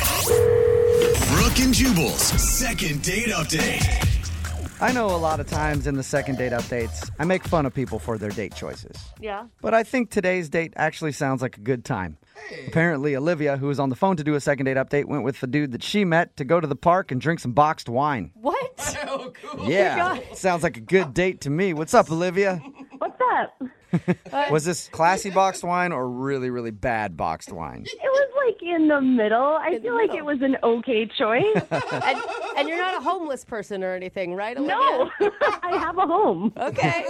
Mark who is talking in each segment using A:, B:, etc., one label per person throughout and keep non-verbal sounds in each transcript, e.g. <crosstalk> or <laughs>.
A: 92.5. Brooke and Jubal's second date update.
B: I know a lot of times in the second date updates, I make fun of people for their date choices.
C: Yeah.
B: But I think today's date actually sounds like a good time. Apparently, Olivia, who was on the phone to do a second date update, went with the dude that she met to go to the park and drink some boxed wine.
C: What? Oh
B: Yeah.
C: God.
B: Sounds like a good date to me. What's up, Olivia?
C: What's up?
B: Was this classy boxed wine or really, really bad boxed wine?
C: It
D: It was like in the middle. I feel like it
C: middle.
D: was an okay choice.
C: <laughs> And, and you're not a homeless person or anything, right? Olivia?
D: no, I have a home.
B: <laughs>
C: Okay.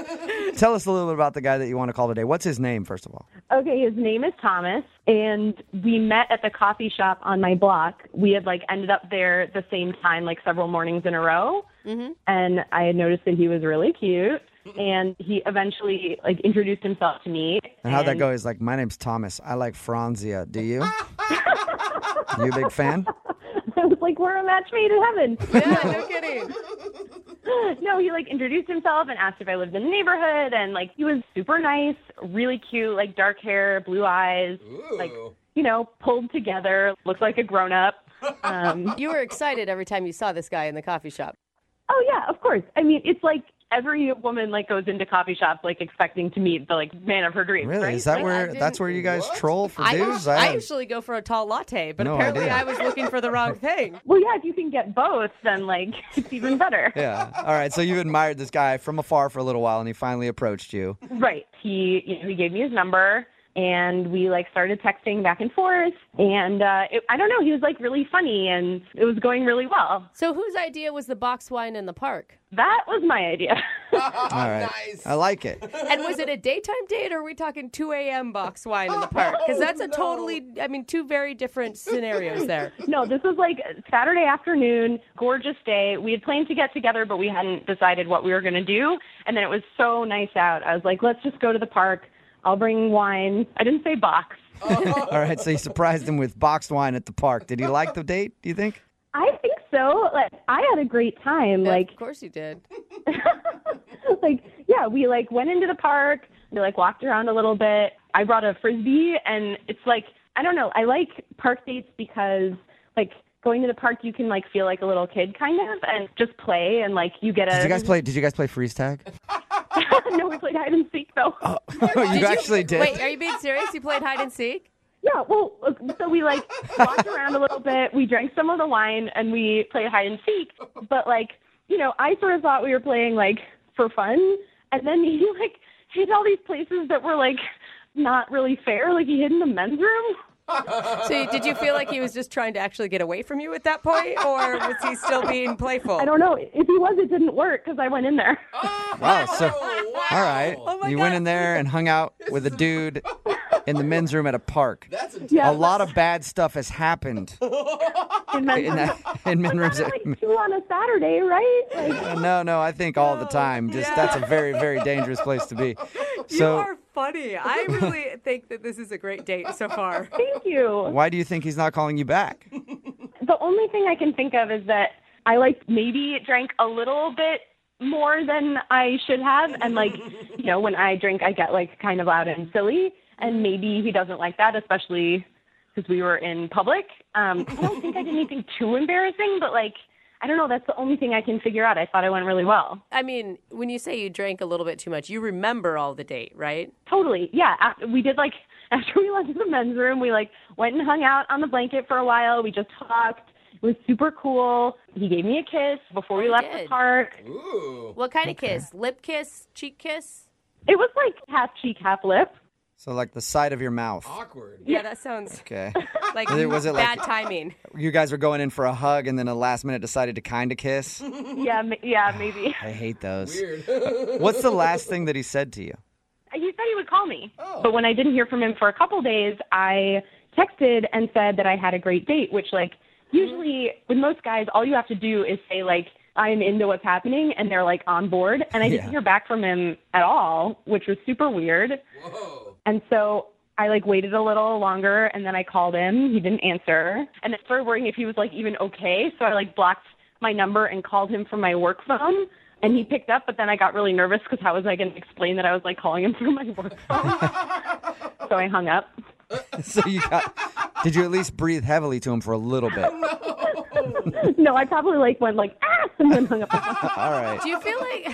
B: Tell us a little bit about the guy that you want to call today. What's his name, first of all?
D: Okay, his name is Thomas, and we met at the coffee shop on my block. We had like ended up there at the same time, like several mornings in a row. Mm-hmm. And I had noticed that he was really cute, and he eventually like introduced himself to me.
B: And how'd that go? He's like, My name's Thomas. I like Franzia.
C: <laughs>
B: Do you? you a big fan?
D: <laughs> I was like, "We're a match made in heaven."
C: Yeah, no kidding.
D: <laughs> no, he like introduced himself and asked if I lived in the neighborhood, and like he was super nice, really cute, like dark hair, blue eyes, like you know, pulled together, looked like a grown up.
B: <laughs>
D: Um,
C: You were excited every time you saw this guy in the coffee shop.
D: oh yeah, of course. I mean, it's like every woman like goes into coffee shops like expecting to meet the like man of her dreams.
B: Really?
D: right?
B: Is that
C: Like, I
B: where
C: didn't-
B: that's where you guys troll for
C: I,
B: dudes?
C: I
B: have-
C: usually go for a tall latte, but
B: No
C: apparently
B: idea.
C: I was looking for the wrong thing.
D: Well, yeah, if you can get both, then like <laughs> it's even better.
B: yeah. All right. So you admired this guy from afar for a little while, and he finally approached
C: <laughs>
B: you.
D: Right. He you know, he gave me his number and we like started texting back and forth and uh it, I don't know, he was like really funny and it was going really well.
C: <laughs> So whose idea was the box wine in the park?
D: That was my idea. <laughs>
B: All right. I
C: <laughs>
B: like it.
C: And was it a daytime date or are we talking 2 a.m. box wine in the park? Because that's
B: Oh,
C: a totally, I mean, two very different scenarios there.
D: no, this was like Saturday afternoon, gorgeous day. We had planned to get together but we hadn't decided what we were going to do and then it was so nice out. I was like, let's just go to the park. I'll bring wine. I didn't say box.
B: Oh. All right. So you surprised him with boxed wine at the park. Did he like the date? Do you think?
D: I think so. Like I had a great time. Like
C: of course you did.
D: <laughs> like yeah we like went into the park we like walked around a little bit i brought a frisbee and it's like i don't know i like park dates because like going to the park you can like feel like a little kid kind of and just play and like you get a
B: Did you guys play? Did you guys play
C: <laughs>
B: freeze tag?
D: <laughs> no we played hide and seek though
B: Oh, <laughs> you actually did.
C: Wait, are you being serious? You played hide and seek?
D: yeah well uh, so we like walked around a little bit we drank some of the wine and we played hide and seek but like you know i sort of thought we were playing like for fun and then he <laughs> like hit all these places that were like not really fair like he hid in the men's room
C: So you- did you feel like he was just trying to actually get away from you at that point, or was he still being playful?
D: I don't know. If he was, it didn't work because I went in there.
B: Oh, Wow. So all right.
C: Oh my
B: you went
C: God.
B: in there and hung out with a dude in the men's room at a park.
E: That's a
B: a
D: Yeah,
B: lot of bad stuff has happened
D: in
B: <laughs>
D: men's
B: in
D: room.
B: that in men's rooms.
D: like two on a Saturday, right? Like,
B: <laughs> No, no, I think all the time. Just
C: Yeah.
B: that's a very, very dangerous place to be.
C: You
B: So,
C: are funny. I really think that this is a great date so far.
D: thank you.
B: why do you think he's not calling you back?
D: The only thing I can think of is that I like maybe drank a little bit more than I should have, and like you know, when I drink, I get like kind of loud and silly, and maybe he doesn't like that, especially because we were in public. Um, I don't think I did anything too embarrassing, but like I don't know. That's the only thing I can figure out. I thought I went really well.
C: I mean, when you say you drank a little bit too much, you remember all the date, right?
D: Totally. Yeah. After, we did like <laughs> after we left the men's room, we like went and hung out on the blanket for a while. We just talked. It was super cool. He gave me a kiss before we left
C: did.
D: the park.
C: What kind of kiss? Lip kiss? Cheek kiss?
D: It was like half cheek, half lip.
B: So, like the side of your mouth.
E: awkward.
C: Yeah, that sounds
B: Okay.
C: like
B: It- was it like-
C: bad timing.
B: You guys were going in for a hug and then the last minute decided to kind of kiss.
D: Yeah. ma- Yeah. Maybe. <laughs>
B: I hate those. <laughs> What's the last thing that he said to you? <laughs>
D: he said he would call me. But when I didn't hear from him for a couple days, I texted and said that I had a great date, which like usually with most guys all you have to do is say like I'm into what's happening and they're like on board and I didn't
B: Yeah.
D: hear back from him at all, which was super weird. And so I like waited a little longer and then I called him. He didn't answer. And I started worrying if he was like even okay. So I like blocked my number and called him from my work phone. And he picked up, but then I got really <laughs> nervous because how was I going to explain that I was like calling him through my work phone? so I hung up.
B: so you got. Did you at least breathe heavily to him for a little bit?
D: no, I probably like went like ah, and then hung up. the phone.
B: All right.
C: Do you feel like?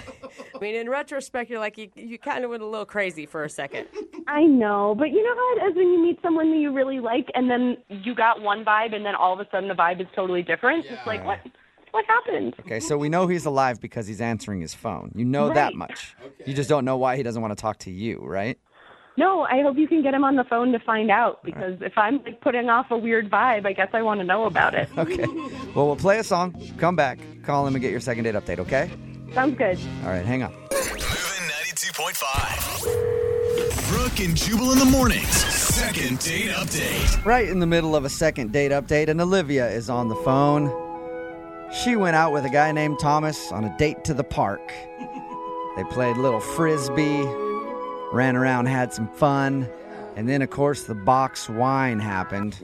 C: <laughs> I mean, in retrospect, you're like you, you kind of went a little crazy for a second.
D: I know, but you know how it is when you meet someone that you really like, and then you got one vibe, and then all of a sudden the vibe is totally different. It's like what what happened?
B: Okay, so we know he's alive because he's answering his phone. You know that
D: Right.
B: much. You just don't know why he doesn't want to talk to you, right?
D: No, I hope you can get him on the phone to find out because if I'm like putting off a weird vibe, I guess I want to know about it.
B: Okay. Well, we'll play a song, come back, call him and get your second date update, okay?
D: Sounds good.
B: All right, hang on.
A: Moving 92.5. Brooke and Jubal in the mornings. Second date update.
B: Right in the middle of a second date update, and Olivia is on the phone. She went out with a guy named Thomas on a date to the park. They played little frisbee, ran around, had some fun, and then, of course, the box wine happened.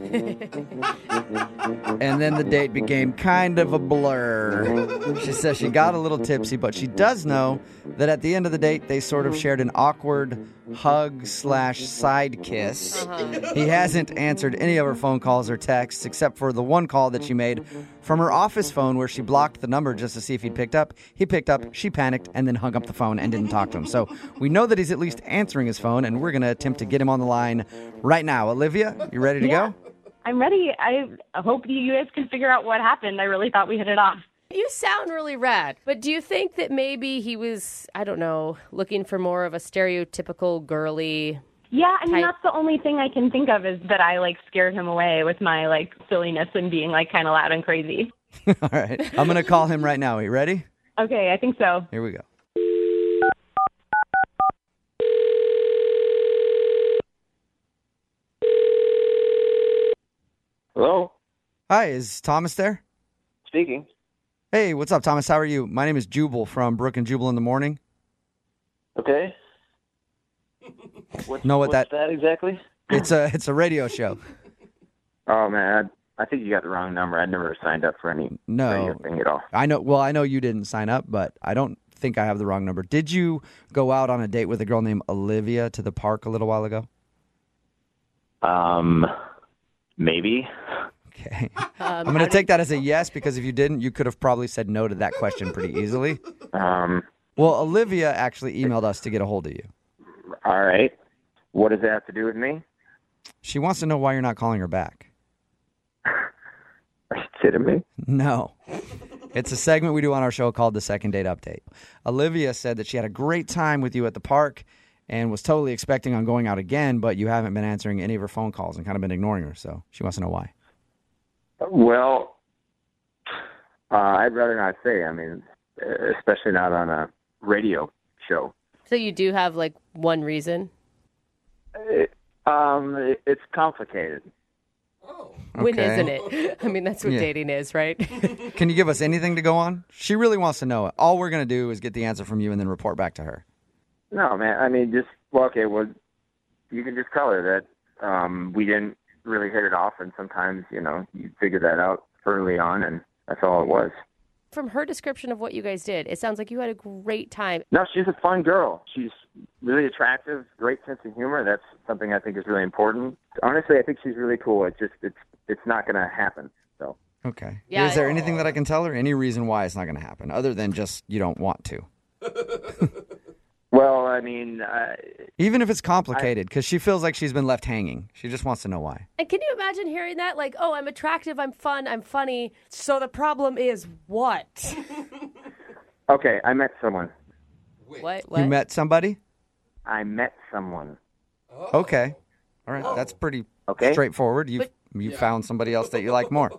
B: and then the date became kind of a blur. She says she got a little tipsy, but she does know that at the end of the date, they sort of shared an awkward hug slash side kiss. He hasn't answered any of her phone calls or texts except for the one call that she made from her office phone where she blocked the number just to see if he'd picked up. He picked up, she panicked, and then hung up the phone and didn't talk to him. So we know that he's at least answering his phone, and we're going to attempt to get him on the line right now. Olivia, you ready to go?
D: I'm ready. I hope you guys can figure out what happened. I really thought we hit it off.
C: You sound really rad, but do you think that maybe he was, I don't know, looking for more of a stereotypical girly?
D: Yeah, I mean
C: Type.
D: that's the only thing I can think of is that I like scared him away with my like silliness and being like kind of loud and crazy.
B: <laughs> All right. I'm going to call him right now. Are you ready?
D: Okay, I think so.
B: Here we go.
E: Hello,
B: Hi, is Thomas there?
E: speaking.
B: Hey, what's up, Thomas? How are you? My name is Jubal from Brook and Jubal in the Morning. <laughs>
E: Okay. What's,
B: Know what
E: what's
B: that-
E: exactly?
B: It's a it's a radio show.
E: Oh man, I, I think you got the wrong number. I never signed up for any
B: No.
E: radio thing at all.
B: I know. Well, I know you didn't sign up, but I don't think I have the wrong number. Did you go out on a date with a girl named Olivia to the park a little while ago? <laughs>
E: Um, maybe.
B: Okay. I'm going to take that as a yes because if you didn't, you could have probably said no to that question pretty easily.
E: Um,
B: Well, Olivia actually emailed us to get a hold of you.
E: all right. What does that have to do with me? <laughs>
B: She wants to know why you're not calling her back.
E: Are you kidding me?
B: No. It's a segment we do on our show called The Second Date Update. Olivia said that she had a great time with you at the park and was totally expecting on going out again, but you haven't been answering any of her phone calls and kind of been ignoring her. So she wants to know why.
E: Well, uh, I'd rather not say. I mean, especially not on a radio show.
C: So you do have like one reason,
E: It, um, it, it's complicated.
C: when
B: Okay.
C: isn't it? <laughs> I mean, that's what
B: Yeah.
C: dating is, right? <laughs>
B: Can you give us anything to go on? She really wants to know it. All we're going to do is get the answer from you and then report back to her.
E: No, man. I mean, just well, okay. Well, you can just tell her that um, we didn't really hit it off, and sometimes you know you figure that out early on, and that's all it was.
C: From her description of what you guys did, it sounds like you had a great time.
E: No, she's a fun girl. She's really attractive, great sense of humor. That's something I think is really important. Honestly, I think she's really cool. It's just it's it's not going to happen. So
B: Okay.
C: Yeah,
B: is there anything that I can tell her? Any reason why it's not going to happen other than just you don't want to?
E: well, I mean, uh,
B: Even if it's complicated, because she feels like she's been left hanging. She just wants to know why.
C: And can you imagine hearing that? Like, oh, I'm attractive, I'm fun, I'm funny. So the problem is what?
E: okay. I met someone.
C: What? What?
B: You met somebody?
E: I met someone.
B: Okay. All right. That's pretty
E: Oh. Okay.
B: straightforward. You you found somebody else that you like more.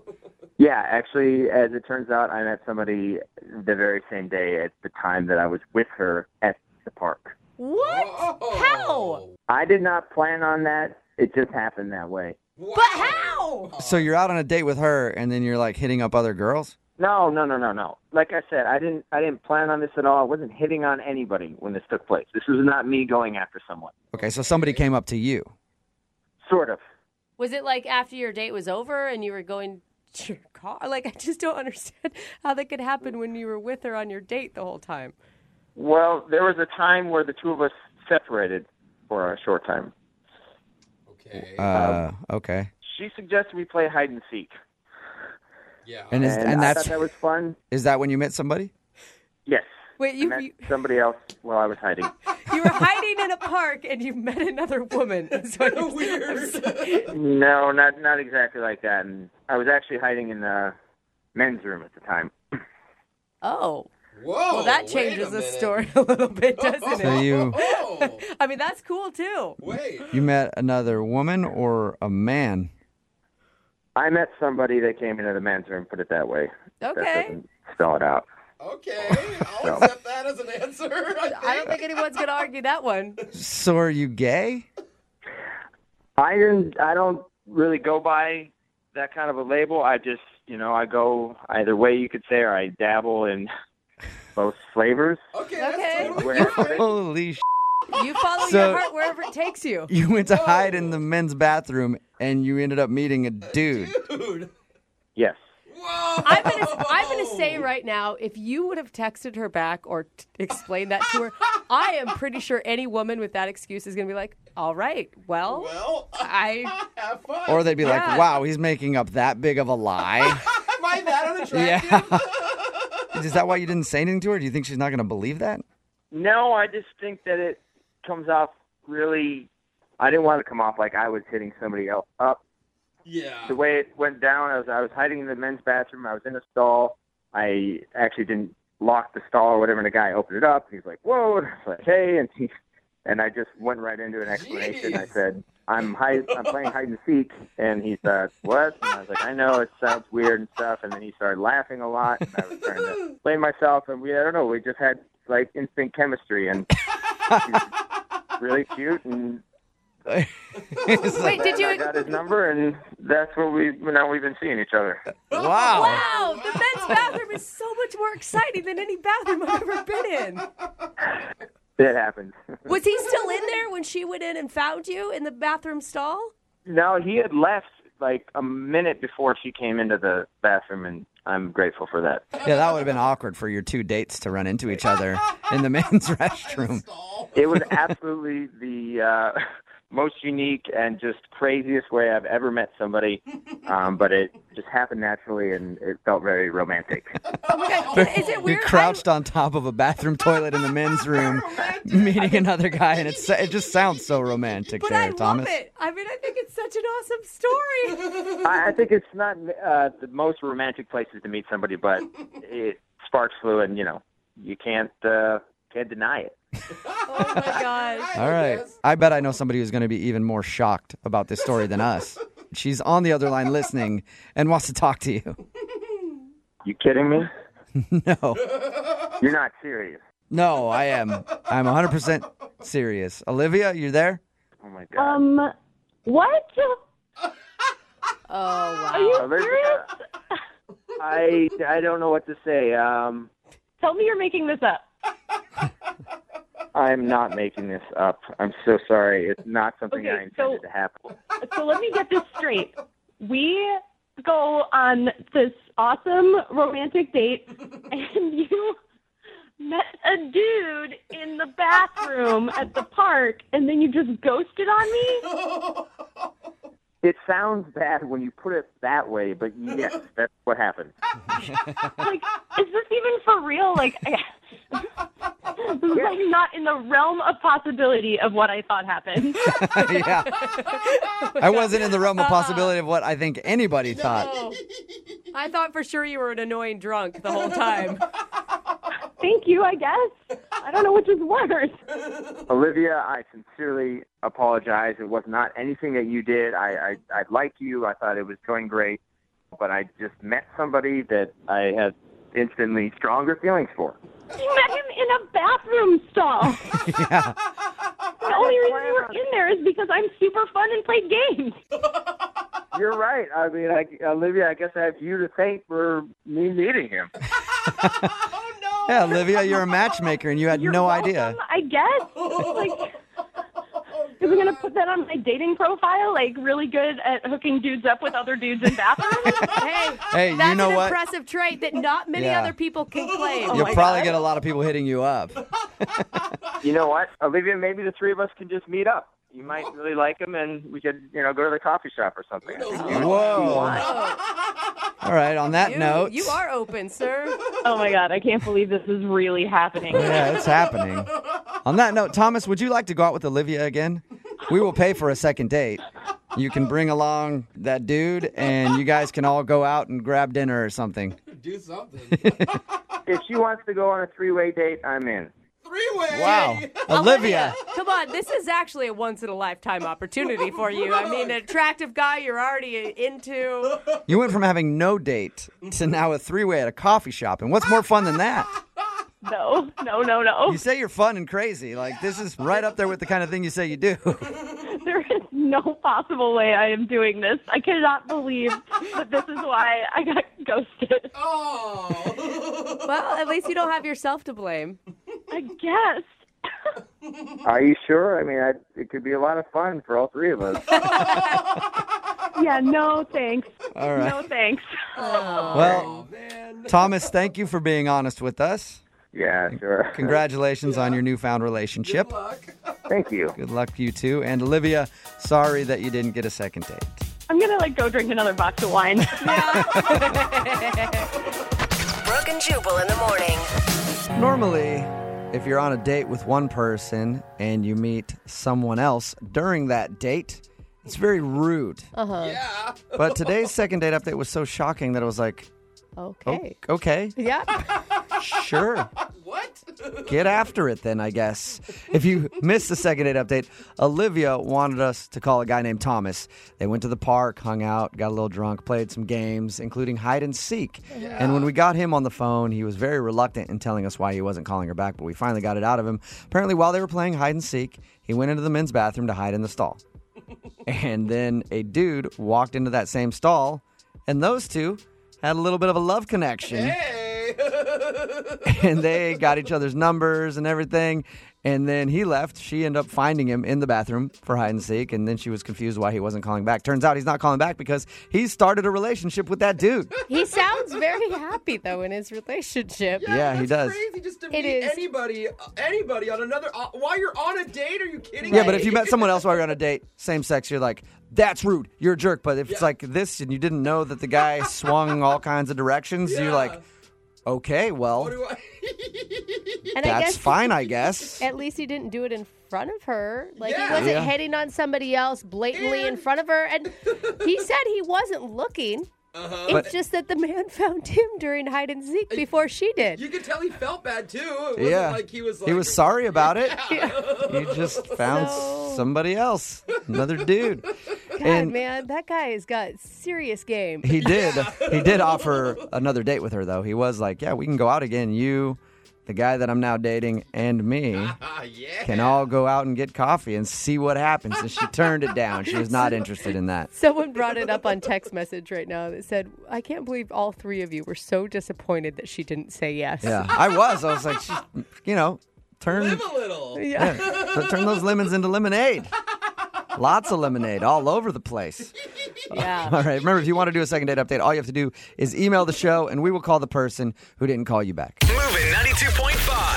E: Yeah, actually, as it turns out, I met somebody the very same day at the time that I was with her at the park.
C: what? How?
E: I did not plan on that. It just happened that way.
C: But how?
B: So you're out on a date with her and then you're like hitting up other girls?
E: No, no, no, no, no. Like I said, I didn't I didn't plan on this at all. I wasn't hitting on anybody when this took place. This was not me going after someone.
B: Okay, so somebody came up to you.
E: Sort of.
C: Was it like after your date was over and you were going to your car? Like, I just don't understand how that could happen when you were with her on your date the whole time.
E: Well, there was a time where the two of us separated for a short time.
F: Okay.
B: Uh, okay.
E: She suggested we play hide and seek,
F: yeah.
B: And is
E: and,
B: and
E: I
B: that's
E: thought that was fun.
B: is that when you met somebody?
E: Yes.
C: Wait, you,
E: I met
C: you
E: somebody else while I was hiding.
C: you were hiding in a park and you met another
F: <laughs>
C: woman. That's what you're-
F: Weird.
E: no, not not exactly like that. And I was actually hiding in the men's room at the time.
C: Oh,
F: <laughs> Whoa.
C: well, that
F: wait a
C: changes the
F: minute.
C: story a little
F: <laughs>
C: bit, doesn't
B: So
C: it?
B: you
F: Oh,
C: I mean, that's cool too.
F: wait.
B: you met another woman or a man?
E: I met somebody that came into the men's room. Put it that way. That
C: Okay.
E: doesn't spell it out.
F: Okay. I'll accept that as an answer. I think.
C: I don't think anyone's going to argue that
F: <laughs>
C: one.
B: So are you gay?
E: I didn't. I don't really go by that kind of a label. I just, you know, I go either way you could say, or I
C: <laughs>
E: dabble in both flavors.
F: Okay,
C: Okay.
F: that's totally
E: Where-
F: fine.
B: Holy sh!
C: You follow
B: So-
C: your heart wherever it takes you.
B: You went to hide in the men's bathroom and you ended up meeting a dude.
F: Dude.
E: Yes.
F: Whoa.
C: I'm gonna, I'm gonna say right now, if you would have texted her back or t- explained that to her, I am pretty sure any woman with that excuse is gonna be like, "All right, well,
F: Well,
C: I."
F: have fun.
B: Or they'd be like,
C: Yeah.
B: "Wow, he's making up that big of
C: <laughs>
B: a lie."
F: Am I that unattractive?
B: yeah. Is that why you didn't say anything to her? Do you think she's not going to believe that? <laughs>
E: No, I just think that it comes off really. I didn't want to come off like I was hitting somebody else up.
F: Yeah. <laughs>
E: The way it went down, I was I was hiding in the men's bathroom. I was in a stall. I actually didn't lock the stall or whatever. And the guy opened it up. He's like, "Whoa!" And I was like, "Hey!" And he, and I just went right into an explanation. I
F: Jeez.
E: said, "I'm hide, I'm playing hide and seek." And he said, "What?" And I was like, "I know it sounds weird and stuff." And then he started laughing a lot. And I was trying to
C: <laughs>
E: blame myself. And we, I don't know, we just had like instant chemistry and really cute and
B: It's like,
C: Wait, did
E: I
C: you?
E: got his number and that's what we now we've been seeing each other.
B: wow.
C: Wow, the men's bathroom is so much more exciting than any bathroom I've ever been in.
E: It happened. <laughs>
C: Was he still in there when she went in and found you in the bathroom stall?
E: no, he had left like a minute before she came into the bathroom and I'm grateful for that.
B: Yeah, that would have been awkward for your two dates to run into each other in the men's <laughs> restroom.
F: Stall.
E: It was absolutely the uh most unique and just craziest way I've ever met somebody. Um, but it just happened naturally and it felt very romantic.
C: Oh my god, is it
B: You
C: weird?
B: crouched on top of a bathroom toilet in
C: <laughs>
B: the men's room, meeting another guy, and it's, it just sounds so romantic
C: But
B: there,
C: I love
B: Thomas.
C: it. I mean, I think it's such an awesome story.
E: <laughs> I, I think it's not uh, the most romantic places to meet somebody, but it sparks flew, and you know you can't uh, can't deny it.
C: Oh my god.
B: All right. I bet I know somebody who's going to be even more shocked about this story than us. She's on the other line listening and wants to talk to you.
E: You kidding me?
B: <laughs> No,
E: You're not serious.
B: no, I am. I'm 100% serious. Olivia, you there? <laughs>
E: Oh my god.
D: Um, what?
C: Oh wow.
D: Are you
E: Olivia.
D: serious?
E: I I don't know what to say. Um,
D: Tell me you're making this up.
E: I'm not making this up. I'm so sorry. It's not something
D: Okay,
E: I intended
D: so-
E: to happen.
D: So let me get this straight. We go on this awesome romantic date, and <laughs> you met a dude in the bathroom at the park, and then you just ghosted on me?
E: It sounds bad when you put it that way, but
D: <laughs>
E: yes, that's what happened.
D: Like, is this even for real? Like, I, <laughs> this is like not in the realm of possibility of what I thought happened. <laughs>
B: yeah. I wasn't in the realm of possibility of what I think anybody thought.
C: Oh. I thought for sure you were an annoying drunk the whole time.
D: Thank you, I guess. I don't know which is worse.
E: Olivia, I sincerely apologize. It was not anything that you did. I, I, I like you. I thought it was going great, but I just met somebody that I had instantly stronger feelings for.
D: You met him in a bathroom stall.
B: <laughs> Yeah.
D: The only reason you were in there is because I'm super fun and played games.
E: You're right. I mean, I, Olivia, I guess I have you to thank for me meeting him.
F: Oh no.
B: Yeah, Olivia, you're a matchmaker and you had
D: You're
B: no
D: welcome,
B: idea.
D: I guess. Like, am I gonna put that on my dating profile? Like, really good at hooking dudes up with other dudes
B: <laughs>
D: in bathrooms.
C: Hey,
B: Hey, you
C: that's
B: know
C: an
B: what?
C: impressive trait that not many
B: Yeah.
C: other people can claim.
B: You'll
D: my
B: probably
D: God.
B: get a lot of people hitting you up.
E: You know what, Olivia? Maybe the three of us can just meet up. you might really like him, and we could, you know, go to the coffee shop or something.
B: Whoa. All right, on that
C: Oh You,
B: note.
C: you are open, sir.
D: Oh my god, I can't believe this is really happening.
B: Yeah, it's happening. On that note, Thomas, would you like to go out with Olivia again? We will pay for a second date. You can bring along that dude, and you guys can all go out and grab dinner or something.
F: Do <laughs> something.
E: If she wants to go on a three-way date, I'm in.
F: Three way.
B: Wow. Olivia.
C: Come on, this is actually a once in a lifetime opportunity for you. I mean, an attractive guy you're already into.
B: You went from having no date to now a three way at a coffee shop. And what's more fun than that?
D: No, no, no, no.
B: You say you're fun and crazy. Like, this is right up there with the kind of thing you say you do. <laughs>
D: There is no possible way I am doing this. I cannot believe that this is why I got ghosted.
F: Oh.
C: Well, at least you don't have yourself to blame.
D: I guess.
E: Are you sure? I mean, I, it could be a lot of fun for all three of us.
D: Yeah, no thanks.
B: All right.
D: No thanks.
B: Well, Thomas, thank you for being honest with us.
E: yeah, sure.
B: Congratulations on your newfound relationship.
E: Thank you.
B: Good luck, you two. And Olivia, sorry that you didn't get a second date.
D: <laughs> I'm gonna like go drink another box of wine.
G: Brooke and Jubal in the morning.
B: Normally, if you're on a date with one person and you meet someone else during that date, it's very rude.
F: <laughs>
C: Oh.
F: Yeah.
B: But today's second date update was so shocking that it was like, oh,
C: Okay.
B: okay,
C: Yeah.
B: sure.
F: What?
B: Get after it then, I guess. If you <laughs> missed the second date update, Olivia wanted us to call a guy named Thomas. They went to the park, hung out, got a little drunk, played some games, including hide and seek. And when we got him on the phone, he was very reluctant in telling us why he wasn't calling her back, but we finally got it out of him. Apparently, while they were playing hide and seek, he went into the men's bathroom to hide in the stall. and then a dude walked into that same stall, and those two had a little bit of a love connection
F: Hey.
B: and they got each other's numbers and everything. And then he left. She ended up finding him in the bathroom for hide and seek. And then she was confused why he wasn't calling back. Turns out he's not calling back because he started a relationship with that
F: <laughs>
B: dude.
C: He sounds very happy, though, in his relationship.
B: Yeah, he
F: that's
B: does.
F: Crazy just to
C: It
F: meet
C: is.
F: anybody, anybody on another. Uh, while you're on a date, are you kidding?
B: Yeah, but
F: me?
B: if you met someone else while you're on a date, same sex, you're like, that's rude. You're a jerk. But if it's like this and you didn't know that the guy swung all kinds of directions, you're
F: Yeah.
B: like, okay, well,
F: <laughs> What do I-
C: And I
B: that's
C: guess
B: fine, I
C: <laughs>
B: guess.
C: at least he didn't do it in front of her. Like
F: Yeah.
C: he wasn't
B: Yeah.
C: hitting on somebody else blatantly in
F: And-
C: front of her.
F: <laughs>
C: And he said he wasn't looking.
F: Uh-huh.
C: It's
B: But-
C: just that the man <laughs> found him during hide and seek before she
F: <laughs>
C: did.
F: You could tell he felt bad too. It wasn't
B: Yeah.
F: like he was like
B: he was sorry about it.
F: Yeah.
B: You just found
C: So-
B: somebody else, another dude.
C: God, man, that guy has got serious game.
B: He did. He did offer another date with her, though. He was like, "Yeah, we can go out again. You, the guy that I'm now dating, and me
F: Ah, yeah.
B: can all go out and get coffee and see what happens." And she turned it down. She was not interested in that.
C: Someone brought it up on
F: <laughs>
C: text message right now that said, I can't believe all three of you were so disappointed that she didn't say yes.
B: Yeah, I was. I was like, she, you know, turn
F: Live a little.
C: Yeah.
B: yeah, turn those lemons into lemonade. Lots of lemonade all over the place.
C: Yeah.
B: All right. Remember, if you want to do a second date update, all you have to do is email the show, and we will call the person who didn't call you back.
A: Moving 92.5.